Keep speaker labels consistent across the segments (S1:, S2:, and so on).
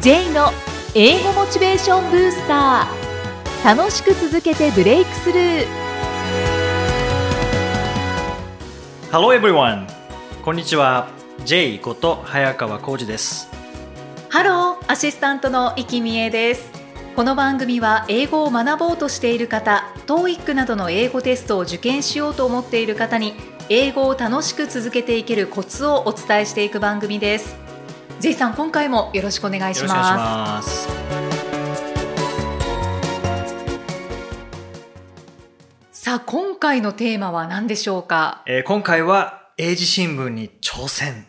S1: J の英語モチベーションブースター楽しく続けてブレイクスルー
S2: Hello everyone! こんにちは。J こと早川浩二です。
S1: ハローアシスタントの生きみえですこの番組は英語を学ぼうとしている方 TOEIC などの英語テストを受験しようと思っている方に英語を楽しく続けていけるコツをお伝えしていく番組です J さん今回もよろしくお願いし
S2: よろしくお願いし
S1: ま
S2: ます。
S1: すさあ今回のテーマは何でしょうか
S2: えー今回は英字新聞に挑戦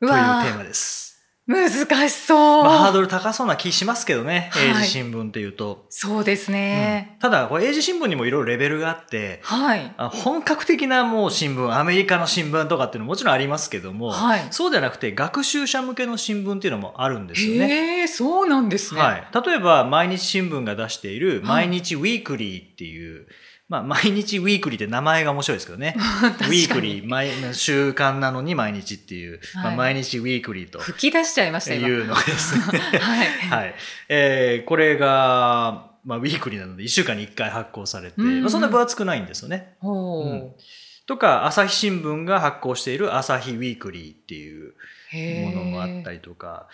S1: う
S2: というテ
S1: わ
S2: ーマです。
S1: ー難しそう、
S2: まあ、ハードル高そうな気しますけどね、
S1: はい
S2: 英字新聞っていうと。
S1: そうですね、
S2: うんただ、これ英字新聞にもいろいろレベルがあって、
S1: はい
S2: あ本格的なもう新聞、アメリカの新聞とかっていうのももちろんありますけども、
S1: はい
S2: そうではなくて学習者向けの新聞っていうのもあるんですよね。
S1: へえそうなんですね、
S2: はい、例えば毎日新聞が出している「
S1: はい
S2: 毎日ウィークリー」っていう、まあ、毎日ウィークリーって名前が面白いですけ どねウィークリー毎週間なのに毎日っていう、ま
S1: は
S2: あ、
S1: い
S2: 毎日ウィークリーと
S1: 吹き出しちゃいました今
S2: いうのです ね。
S1: はい、
S2: はいえーこれが、まあ、ウィークリーなので1週間に1回発行されて、
S1: うんうん
S2: まあ、そんな分厚くないんですよね。
S1: ほう、
S2: うんとか朝日新聞が発行している「朝日ウィークリー」っていう
S1: へ
S2: も
S1: え
S2: のもあったりとか、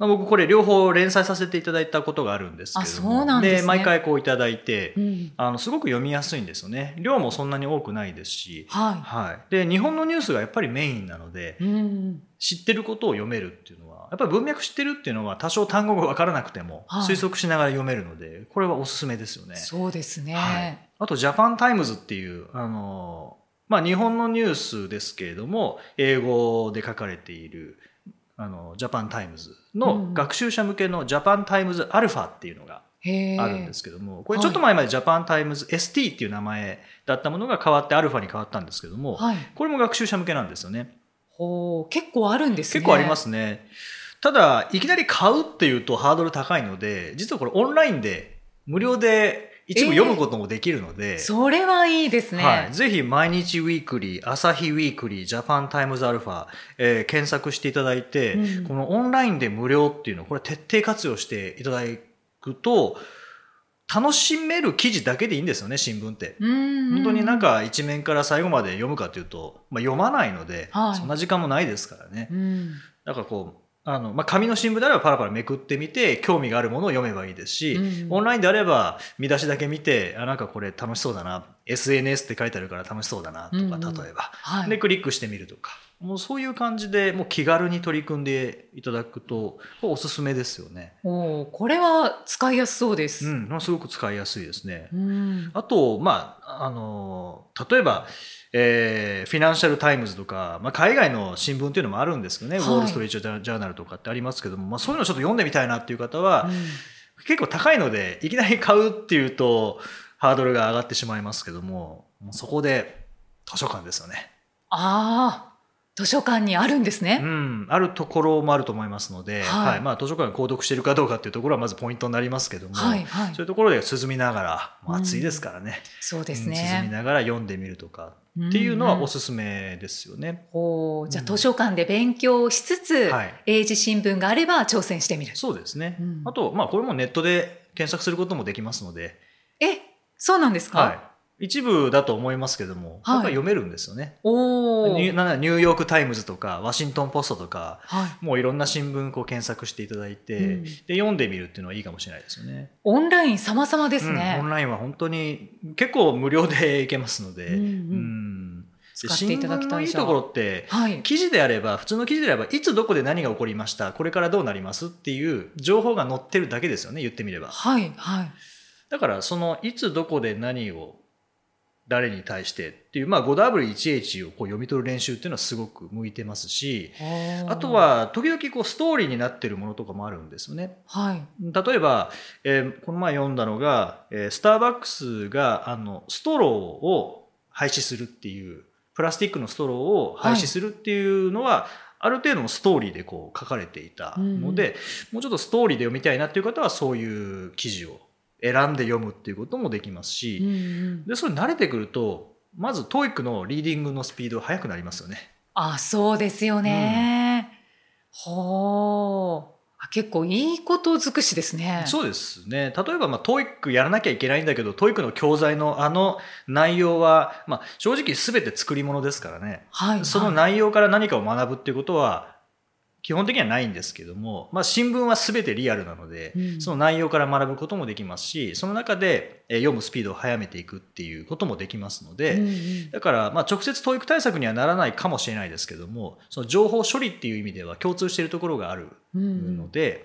S2: まあ、僕これ両方連載させていただいたことがあるんですけれども
S1: あそうなんですね
S2: 毎回こういただいて、
S1: うん、
S2: あのすごく読みやすいんですよね量もそんなに多くないですし、
S1: は
S2: はい、で日本のニュースがやっぱりメインなので
S1: い、うん、
S2: 知ってることを読めるっていうのはやっぱり文脈知ってるっていうのは多少単語が分からなくても
S1: はい
S2: 推測しながら読めるのでこれはおすすめですよね。
S1: そうですね、
S2: はい、あと、ジャパンタイムズっていう、あのーまあ、日本のニュースですけれども、英語で書かれている、あの、ジャパンタイムズ
S1: うん
S2: の学習者向けのジャパンタイムズアルファっていうのが
S1: へえ
S2: あるんですけども、これ
S1: はい
S2: ちょっと前までジャパンタイムズ ST っていう名前だったものが変わってアルファに変わったんですけども、
S1: はい
S2: これも学習者向けなんですよね。
S1: ほう結構あるんですね
S2: 結構ありますね。ただ、いきなり買うっていうとハードル高いので、実はこれオンラインで無料で一部読むこともできるので、
S1: それはいいですね、
S2: はい、ぜひ毎日ウィークリー、朝日ウィークリー、ジャパンタイムズアルファ、えー検索していただいて、
S1: うん
S2: このオンラインで無料っていうのをこれ徹底活用していただくと、楽しめる記事だけでいいんですよね、新聞って。
S1: うん
S2: 本当になんか一面から最後まで読むかというと、まあ、読まないので、
S1: はい
S2: そんな時間もないですからね
S1: う。ん
S2: だからこう、あの、まあ、紙の新聞であればパラパラめくってみて、興味があるものを読めばいいですし、
S1: うん
S2: オンラインであれば見出しだけ見て、あ、なんかこれ楽しそうだな、SNS って書いてあるから楽しそうだなとか、
S1: うんうん
S2: 例えば。
S1: はい、
S2: で、クリックしてみるとか。もうそういう感じで、もう気軽に取り組んでいただくと、おすすめですよね。
S1: おーこれは使いやすそうです、
S2: うん、すごく使いやすいですね。
S1: うん
S2: あと、まあ、あの、例えば、えーフィナンシャル・タイムズとか、まあ、海外の新聞っていうのもあるんですけどね、
S1: はい
S2: ウォール・ストリート・ジャーナルとかってありますけども、まあ、そういうのちょっと読んでみたいなっていう方は、
S1: う
S2: 結構高いので、いきなり買うっていうと、ハードルが上がってしまいますけども、もうそこで図書館ですよね。
S1: ああ図書館にあるんです
S2: う
S1: ね、
S2: ん、あるところもあると思いますので、
S1: はい
S2: はいまあ、図書館が購読しているかどうかっていうところはまずポイントになりますけども、
S1: はいはい
S2: そういうところで涼みながら、もう暑いですからね、
S1: そうです
S2: うん涼
S1: ね、
S2: みながら読んでみるとか
S1: っ
S2: っていうのはおすすめですよね。
S1: おーじゃあ
S2: うん
S1: 図書館で勉強しつつ、
S2: はい
S1: 英字新聞があれば挑戦してみる。
S2: そうですね。
S1: うん
S2: あと、まあ、これもネットで検索することもできますので、
S1: え、そうなんですか。
S2: はい。一部だと思いますけども、
S1: はい
S2: やっぱり読めるんですよね。
S1: おお、
S2: ニューなんならニューヨーク・タイムズとか、ワシントン・ポストとか、
S1: はい。
S2: もういろんな新聞こう検索していただいて、
S1: うん
S2: で読んでみるっていうのはいいかもしれないですよね。
S1: オンライン様々ですね。
S2: うんオンラインは本当に結構無料でいけますので、
S1: うんうん
S2: うんで
S1: 使っていただき
S2: 新聞の
S1: たい
S2: いい
S1: じゃん
S2: ところって、
S1: はい。
S2: 記事であれば普通の記事であればいつどこで何が起こりましたこれからどうなりますっていう情報が載ってるだけですよね言ってみれば
S1: はいはい。
S2: だからそのいつどこで何を誰に対してっていう、まあ、5W1H をこう読み取る練習っていうのはすごく向いてますしあと、は時々こうストーリーになってるものとかもあるんですよね
S1: はい。
S2: 例えば、えーこの前読んだのが、えースターバックスがあのストローを廃止するっていうプラスチックのストローを廃止するっていうのは、ある程度のストーリーでこう書かれていたので、もうちょっとストーリーで読みたいなっていう方はそういう記事を選んで読むっていうこともできます
S1: うん
S2: し、
S1: うん、
S2: でそれ慣れてくるとまず TOEIC のリーディングのスピードが速くなりますよね。
S1: あ、そうですよね。ほう。あ結構いいこと尽くしですね。
S2: そうですね。例えば、まあ、トイックやらなきゃいけないんだけど、トイックの教材のあの内容は、まあ、正直全て作り物ですからね。
S1: はい、はい。
S2: その内容から何かを学ぶっていうことは、基本的にはないんですけども、まあ、新聞は全てリアルなので、
S1: うん
S2: その内容から学ぶこともできますし、その中でえー読むスピードを速めていくっていうこともできますので、
S1: うんうん
S2: だから、まあ、直接教育対策にはならないかもしれないですけども、その情報処理っていう意味では共通しているところがある
S1: うんう
S2: の
S1: ん
S2: で、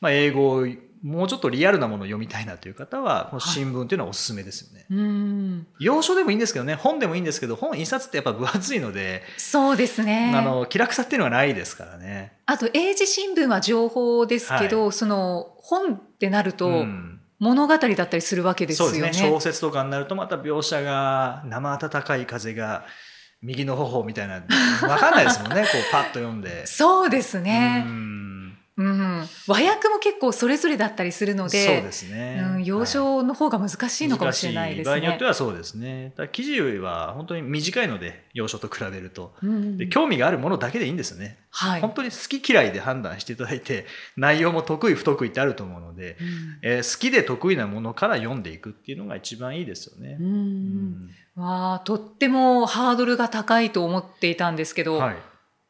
S2: まあ、英語をもうちょっとリアルなものを読みたいなという方は、この新聞っていうのはおすすめですよね。
S1: うん、
S2: 要所でもいいんですけどね、本でもいいんですけど、本一冊ってやっぱ分厚いので、
S1: そうですね。
S2: あの、気楽さっていうのはないですからね。
S1: あと英字新聞は情報ですけど、その本ってなると、
S2: うん
S1: 物語だったりするわけです
S2: そ
S1: よ
S2: うです
S1: ね。
S2: ね。小説とかになるとまた描写が生暖かい風が右の頬みたいな、わかんないですもんね、こうパッと読んで。
S1: そうです
S2: う
S1: ね、
S2: ん
S1: うん和訳も結構それぞれだったりするので、
S2: そうです
S1: う
S2: ね。
S1: ん、
S2: は
S1: 要
S2: い
S1: 所の方が難しいのかもしれないです
S2: 難し場合によっ
S1: ね
S2: て。はそうですね。だから記事は本当に短いので、要所と比べると。
S1: うん
S2: で興味があるものだけでいいんですよね、
S1: はい、
S2: 本当に好き嫌いで判断していただいて、内容も得意、不得意ってあると思うので、
S1: うん
S2: えー好きで得意なものから読んでいくっていうのが一番いいですよね。
S1: う
S2: うん
S1: わあとってもハードルが高いと思っていたんですけど、
S2: はい、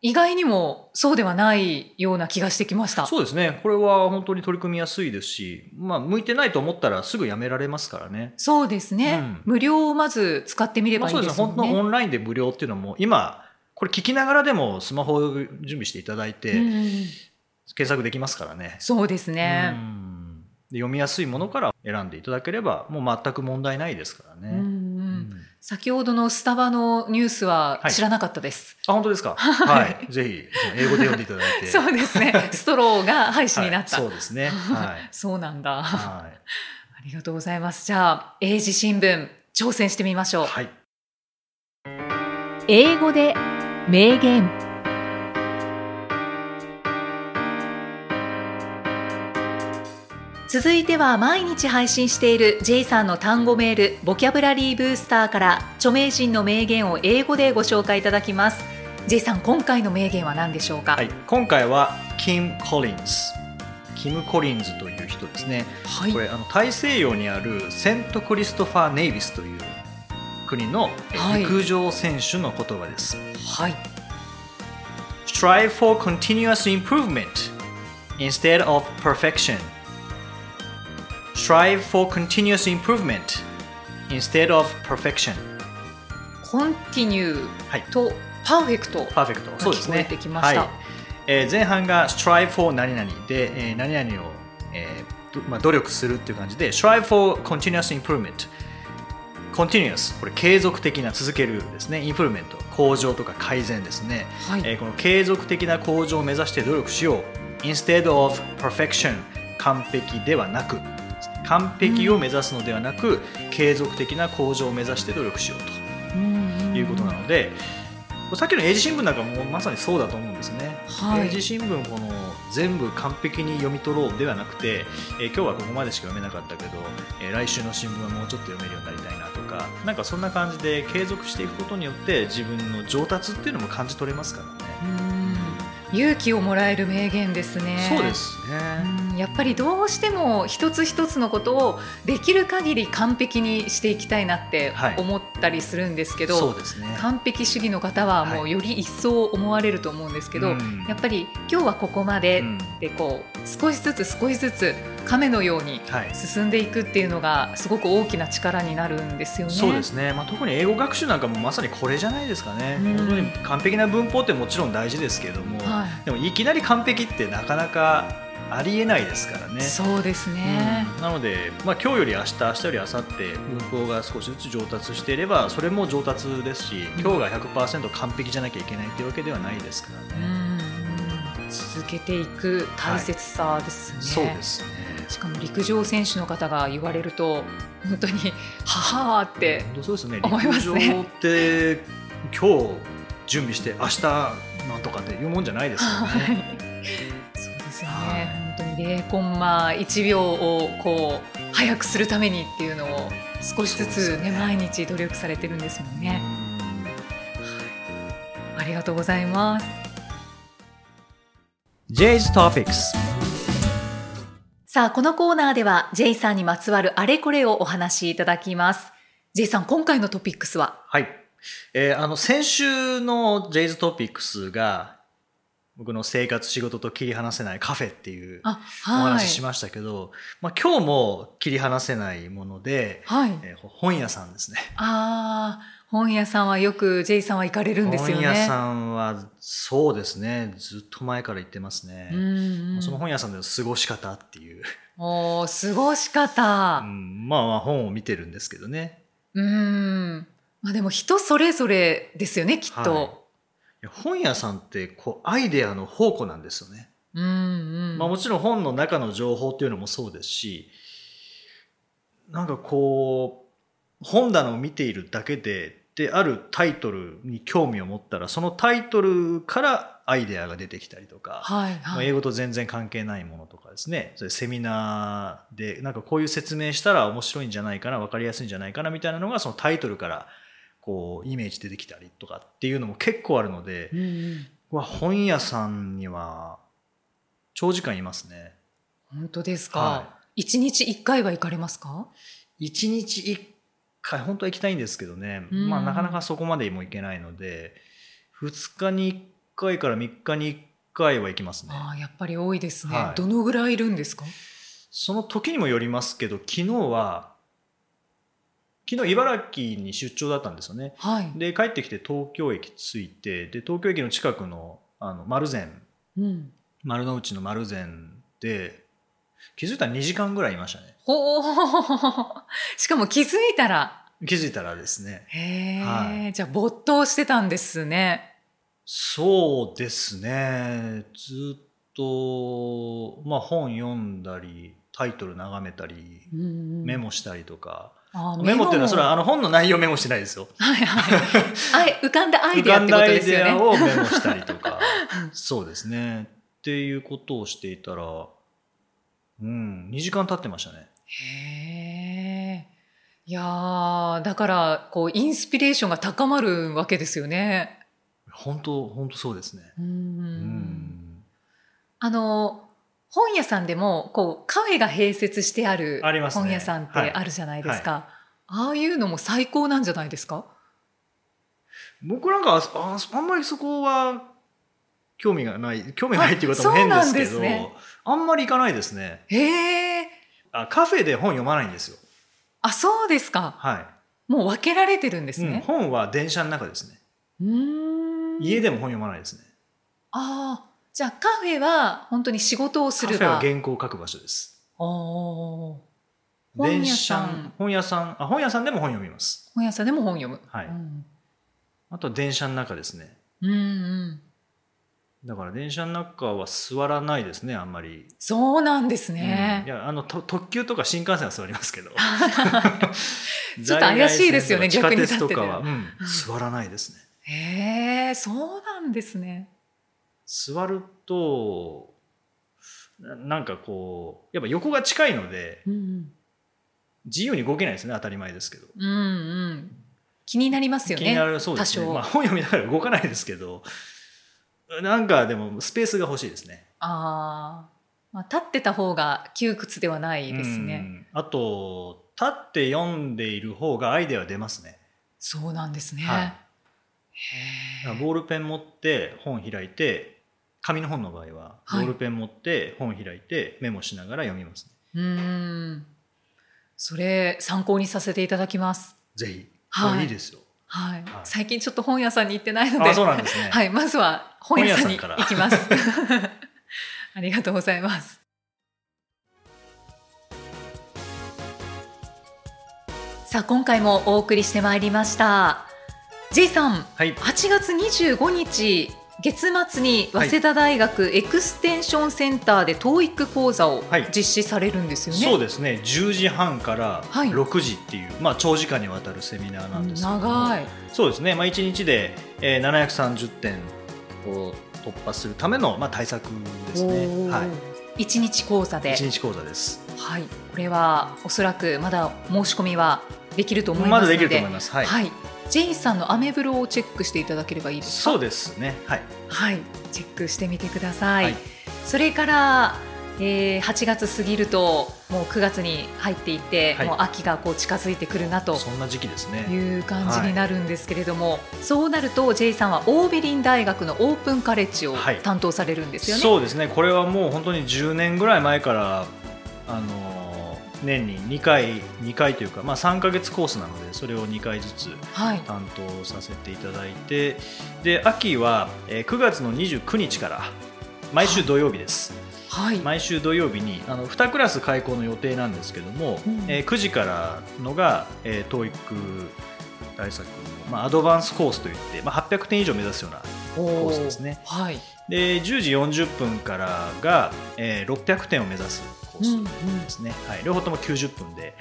S1: 意外にもそうではないような気がしてきました。
S2: そうですね、これは本当に取り組みやすいですし、まあ、向いてないと思ったらすぐやめられますからね。
S1: そうですね、
S2: うん
S1: 無料をまず使ってみれ
S2: まあ
S1: ばいいう
S2: そで
S1: ですす
S2: ね
S1: も
S2: 本
S1: ん
S2: 当
S1: ね。
S2: オンラインで無料っていうのも今これ聞きながらでもスマホを準備していただいて、
S1: うんうん
S2: 検索できますからね。
S1: そうですね。
S2: うんで読みやすいものから選んでいただければもう全く問題ないですから
S1: うんう
S2: ね。
S1: ん
S2: うん
S1: 先ほどのスタバのニュースは
S2: はい
S1: 知らなかったです。
S2: あ本 当ですか。はい。ぜひ英語で読んでいただいて。
S1: そうです ね。ストローが廃止になった。
S2: はい
S1: そう
S2: そうです ね。はい。
S1: なんだ。あ
S2: は
S1: りがとうございます。じゃあ、英字新聞挑戦してみましょ
S2: い。
S1: う。
S2: はい。
S1: 英語で名言。続いては毎日配信している J さんの単語メールボキャブラリーブースターから著名人の名言を英語でご紹介いただきます J さん今回の名言は何でしょうか
S2: はい。今回はキムコリンズ。キムコリンズという人ですね。
S1: はい
S2: これあの大西洋にあるセントクリストファー・ネイビスという国の
S1: はい
S2: 陸上選手の言葉です。
S1: はい
S2: Strive for continuous improvement instead of perfection. Strive for continuous improvement instead of perfection.
S1: コンティニュ
S2: はい
S1: ーとパーフェクト
S2: パーフェクト。そうですね。
S1: 聞こえてきました
S2: はいえー前半が strive for 何々で、えー何々を、えーどまあ、努力するっていう感じで strive for continuous improvement。continuous これ継続的な続けるですね。improvement 向上とか改善ですね。
S1: はい、
S2: えーこの継続的な向上を目指して努力しよう instead of perfection 完璧ではなく完璧を目指すのではなく、継続的な向上を目指して努力しようということなので、さっきの英字新聞なんかもまさにそうだと思うんですね、
S1: はい
S2: 英字新聞この全部完璧に読み取ろうではなくて、えー今日はここまでしか読めなかったけど、えー来週の新聞はもうちょっと読めるようになりたいなとかなんかそんな感じで継続していくことによって自分の上達っていうのも感じ取れますからね。
S1: うん勇気をもらえる名言ですね
S2: そうですね。
S1: うんやっぱりどうしても一つ一つのことをできる限り完璧にしていきたいなって
S2: はい
S1: 思ったりするんですけど、
S2: そうですね。
S1: 完璧主義の方はも
S2: は
S1: う
S2: い
S1: より一層思われると思うんですけど、
S2: うん
S1: やっぱり今日はここまで
S2: うん
S1: でこう少しずつ少しずつ亀のように
S2: はい。
S1: 進んでいくっていうのがすごく大きな力になるんですよね。
S2: そうですね。まあ特に英語学習なんかもまさにこれじゃないですかね。
S1: うん
S2: 本当に完璧な文法ってもちろん大事ですけれども、
S1: はい
S2: でもいきなり完璧ってなかなかありえないですからね。
S1: そうですね、
S2: うんなので、まあ、今日より明日、明日より明後日文法が少しずつ上達していればそれも上達ですし
S1: うん
S2: 今日が100%完璧じゃなきゃいけないというわけではないですから
S1: うん
S2: ね。
S1: 続けていく大切さですね。
S2: そうですね。
S1: しかも陸上選手の方が言われると本当に「ははー」って
S2: 本当そうですね
S1: 思いますね
S2: 陸上って今日準備して明日なんとかっていうもんじゃないですよ
S1: は
S2: ね。
S1: い そうですよ
S2: はい
S1: ね本当に0コンマ1秒をこう早くするためにっていうのを少しず
S2: そうで
S1: つ、
S2: す
S1: ね
S2: ね
S1: 毎日努力されてるんですもんね。ありがとうございます。
S2: J's Topics
S1: さあ、このコーナーでは J さんにまつわるあれこれをお話しいただきます。J さん、今回のトピックスは
S2: はい。えーあの、先週の J's トピックスが、僕の生活、仕事と切り離せないカフェっていう
S1: あ、
S2: お
S1: はい。
S2: 話ししましたけど、まあ、今日も切り離せないもので、
S1: はい。
S2: えー本屋さんですね。
S1: ああ、本屋さんはよく J さんは行かれるんですよ
S2: 本
S1: ね。
S2: 屋さんは、そうですね、ずっと前から行ってますね。
S1: うんうん、
S2: その本屋さんでの過ごし方っていう、
S1: おー過ごし
S2: う
S1: 方。
S2: ん、まあまあ本を見てるんですけどね。
S1: うん。まあでも人それぞれですよね、きっと。
S2: はいいや本屋さんってこうアイデアの宝庫なんですよね。
S1: うんうん。
S2: まあ、もちろん本の中の情報っていうのもそうですしなんかこう本棚を見ているだけでであるタイトルに興味を持ったらそのタイトルからアイデアが出てきたりとか、
S1: はい
S2: まあ
S1: はい。
S2: 英語と全然関係ないものとかですねそれセミナーでなんかこういう説明したら面白いんじゃないかな分かりやすいんじゃないかなみたいなのがそのタイトルからこうイメージ出てきたりとかっていうのも結構あるので、
S1: うんうん
S2: うわ本屋さんには長時間いますね。
S1: 本当です
S2: は
S1: か。一、日一回は行かれますか。
S2: 1日1回本当は行きたいんですけどね、
S1: うん
S2: まあ、なかなかそこまでも行けないので2日に1回から3日に1回は行きますね
S1: ああ、やっぱり多いですね、
S2: はい
S1: どのぐらいいるんですか。
S2: その時にもよりますけど昨日は昨日茨城に出張だったんですよね
S1: はい。
S2: で帰ってきて東京駅着いてで東京駅の近くのあの丸善
S1: うん。
S2: 丸の内の丸善で気づいたら2時間ぐらいいましたね
S1: ほー しかも気づいたら。
S2: 気づいたらですね
S1: へえ、
S2: は
S1: じゃあ没頭してたんですね。
S2: そうですね。ずっと、まあ本読んだり、タイトル眺めたり、
S1: うんうん
S2: メ。モしたりとか。
S1: あー
S2: メモっていうのはそれ
S1: も
S2: はあの本の内容メモしてないですよ。
S1: はい はい。あい浮かんだアイ
S2: 浮
S1: デア
S2: か
S1: っ
S2: ん
S1: て
S2: だ
S1: こと
S2: アイ
S1: です
S2: デ
S1: よ
S2: ア
S1: ね。
S2: をメモしたりとか。 そうですね。っていうことをしていたら、うん、2時間経ってましたね。
S1: へえ。いやーだからこうインスピレーションが高まるわけですよね。
S2: 本当、本当そうですね。
S1: うん
S2: うん。
S1: あの本屋さんでもこうカフェが併設してある
S2: ありますね
S1: 本屋さんって
S2: はい
S1: あるじゃないですか。ああいうのも最高なんじゃないですか。
S2: 僕なんかあああんまりそこは興味がない興味ないっていうことも変ですけ
S1: あそう
S2: ど
S1: なんですね
S2: あんまり行かないですね
S1: へえ。
S2: あカフェで本読まないんですよ
S1: あそうですか。
S2: はい
S1: もう分けられてるんです
S2: うん
S1: ね。
S2: 本は電車の中ですね
S1: うーん
S2: 家でも本読まないですね
S1: ああじゃあカフェは本当に仕事をす
S2: カ
S1: る
S2: フェは
S1: 場。
S2: 原稿を書く場所です
S1: おー本
S2: 電
S1: 屋
S2: 車
S1: さん
S2: の本屋さんあ本屋さんでも本読みます
S1: 本屋さんでも本読む。
S2: はい
S1: うん
S2: あとは電車の中ですね
S1: うんうん、
S2: だから電車の中は座らないですねあんまり、
S1: そうなんです
S2: うんい
S1: ね。
S2: やあのと特急とか新幹線は座りますけど
S1: ちょっと怪しいですよね
S2: 在来線
S1: 逆に立っ
S2: と
S1: てて
S2: か地下鉄とかは、うん座らないですね
S1: へえ、そうなんですね。
S2: 座るとななんかこうやっぱ横が近いので
S1: うん
S2: 自由に動けないですね当たり前ですけど、
S1: うん、うんうん、気になりますよね。
S2: 気になるそうです
S1: 多
S2: ね、
S1: 少
S2: まあ、本読みながら動かないですけどなんかでもスペースが欲しいですね
S1: ああ、まあ立ってた方が窮屈ではないです
S2: う
S1: ね。
S2: んあと立って読んでいる方がアイデアは出ますね、
S1: そうなんですね。へ
S2: はいだから
S1: え
S2: ボールペン持って本開いて紙の本の場合はボ
S1: はい
S2: ールペン持って本開いてメモしながら読みますね、
S1: うん、それ参考にさせていただきます。
S2: ぜひ、
S1: はい
S2: これいいですよ
S1: はい、
S2: はい
S1: 最近ちょっと本屋さんに行ってないので、
S2: あそうなんですね、
S1: はい、まずは本屋さんに
S2: 本屋さんから
S1: 行きます。ありがとうございます。さあ、今回もお送りしてまいりました。J さん、
S2: はい
S1: 8月25日月末に早稲田大学エクステンションセンターで TOEIC 講座を
S2: はい
S1: 実施されるんですよね。
S2: そうですね10時半から
S1: はい
S2: 6時っていう、まあ、長時間にわたるセミナーなんですけども
S1: 長い。
S2: そうですね、まあ、1日で、えー730点を突破するための、まあ、対策です
S1: お
S2: ね、
S1: ー
S2: はい、
S1: 一日講座で。
S2: 1日講座です
S1: はい、これはおそらくまだ申し込みはできると思い
S2: ま
S1: ますの
S2: だ
S1: で、
S2: できると思います、はい
S1: はい、ジェイさんのアメブロをチェックしていただければいいですか。
S2: そうですねはい
S1: はい、チェックしてみてください。
S2: はい
S1: それからえー、8月過ぎるともう9月に入っていて、
S2: はい
S1: もう秋がこう近づいてくるなと
S2: そんな時期ですね。
S1: いう感じになるんですけれども、そうなると J さんはオーベリン大学のオープンカレッジを
S2: はい
S1: 担当されるんですよね。
S2: そうですねこれはもう本当に10年ぐらい前から、あのー年に2回2回というか、まあ、3ヶ月コースなのでそれを2回ずつ
S1: はい、
S2: 担当させていただいてで秋は、えー9月の29日から毎週土曜日です、
S1: はい、
S2: 毎週土曜日にあの2クラス開校の予定なんですけども、
S1: うん
S2: えー9時からのが、えー、TOEIC 対策の、まあ、アドバンスコースといって、まあ、800点以上目指すようなコースですね。
S1: はい、
S2: で10時40分からが、えー600点を目指すコース
S1: うん
S2: ですね、はい、両方とも90分で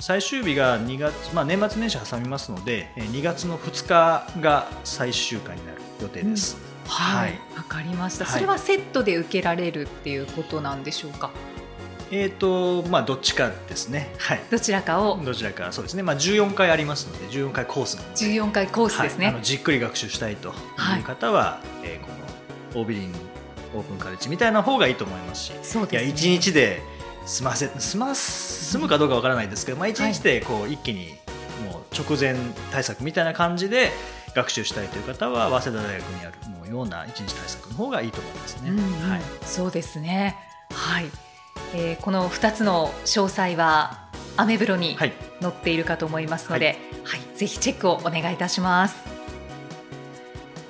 S2: 最終日が2月、まあ、年末年始挟みますのでえー2月の2日が最終回になる予定です、
S1: は、
S2: はい
S1: わ
S2: い、
S1: かりました。
S2: はい
S1: それはセットで受けられるっていうことなんでしょうか。
S2: えっ、とまあどっちかですねはい
S1: どちらかを
S2: どちらかそうですね、まあ、14回ありますので14回コースなので
S1: 14回コースですね。
S2: はい、あのじっくり学習したいという方は、えーこのオービリンオープンカレッジみたいな方がいいと思いますし
S1: そう
S2: いや
S1: ですね。
S2: 1日で済ませ済ます済むかどうかわからないですけど、まあ、1日でこう一気にもう直前対策みたいな感じで学習したいという方は早稲田大学にあるもうような1日対策の方がいいと思いますね。
S1: うんうん
S2: はい
S1: そうですね。はい、えーこの2つの詳細はアメブロに
S2: はい
S1: 載っているかと思いますので、はい、ぜひチェックをお願いいたします。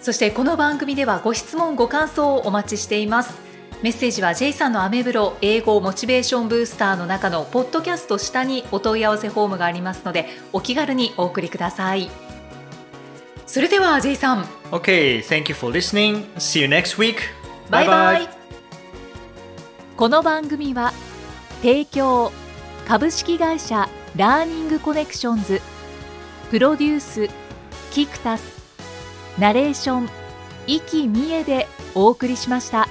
S1: そしてこの番組ではご質問ご感想をお待ちしています。メッセージは J さんのアメブロ英語モチベーションブースターの中のポッドキャスト下にお問い合わせフォームがありますのでお気軽にお送りください。それでは J さん
S2: OK, thank you for listening. See you next week.
S1: バイバイこの番組は提供株式会社ラーニングコネクションズプロデュースキクタスナレーション生きみえでお送りしました。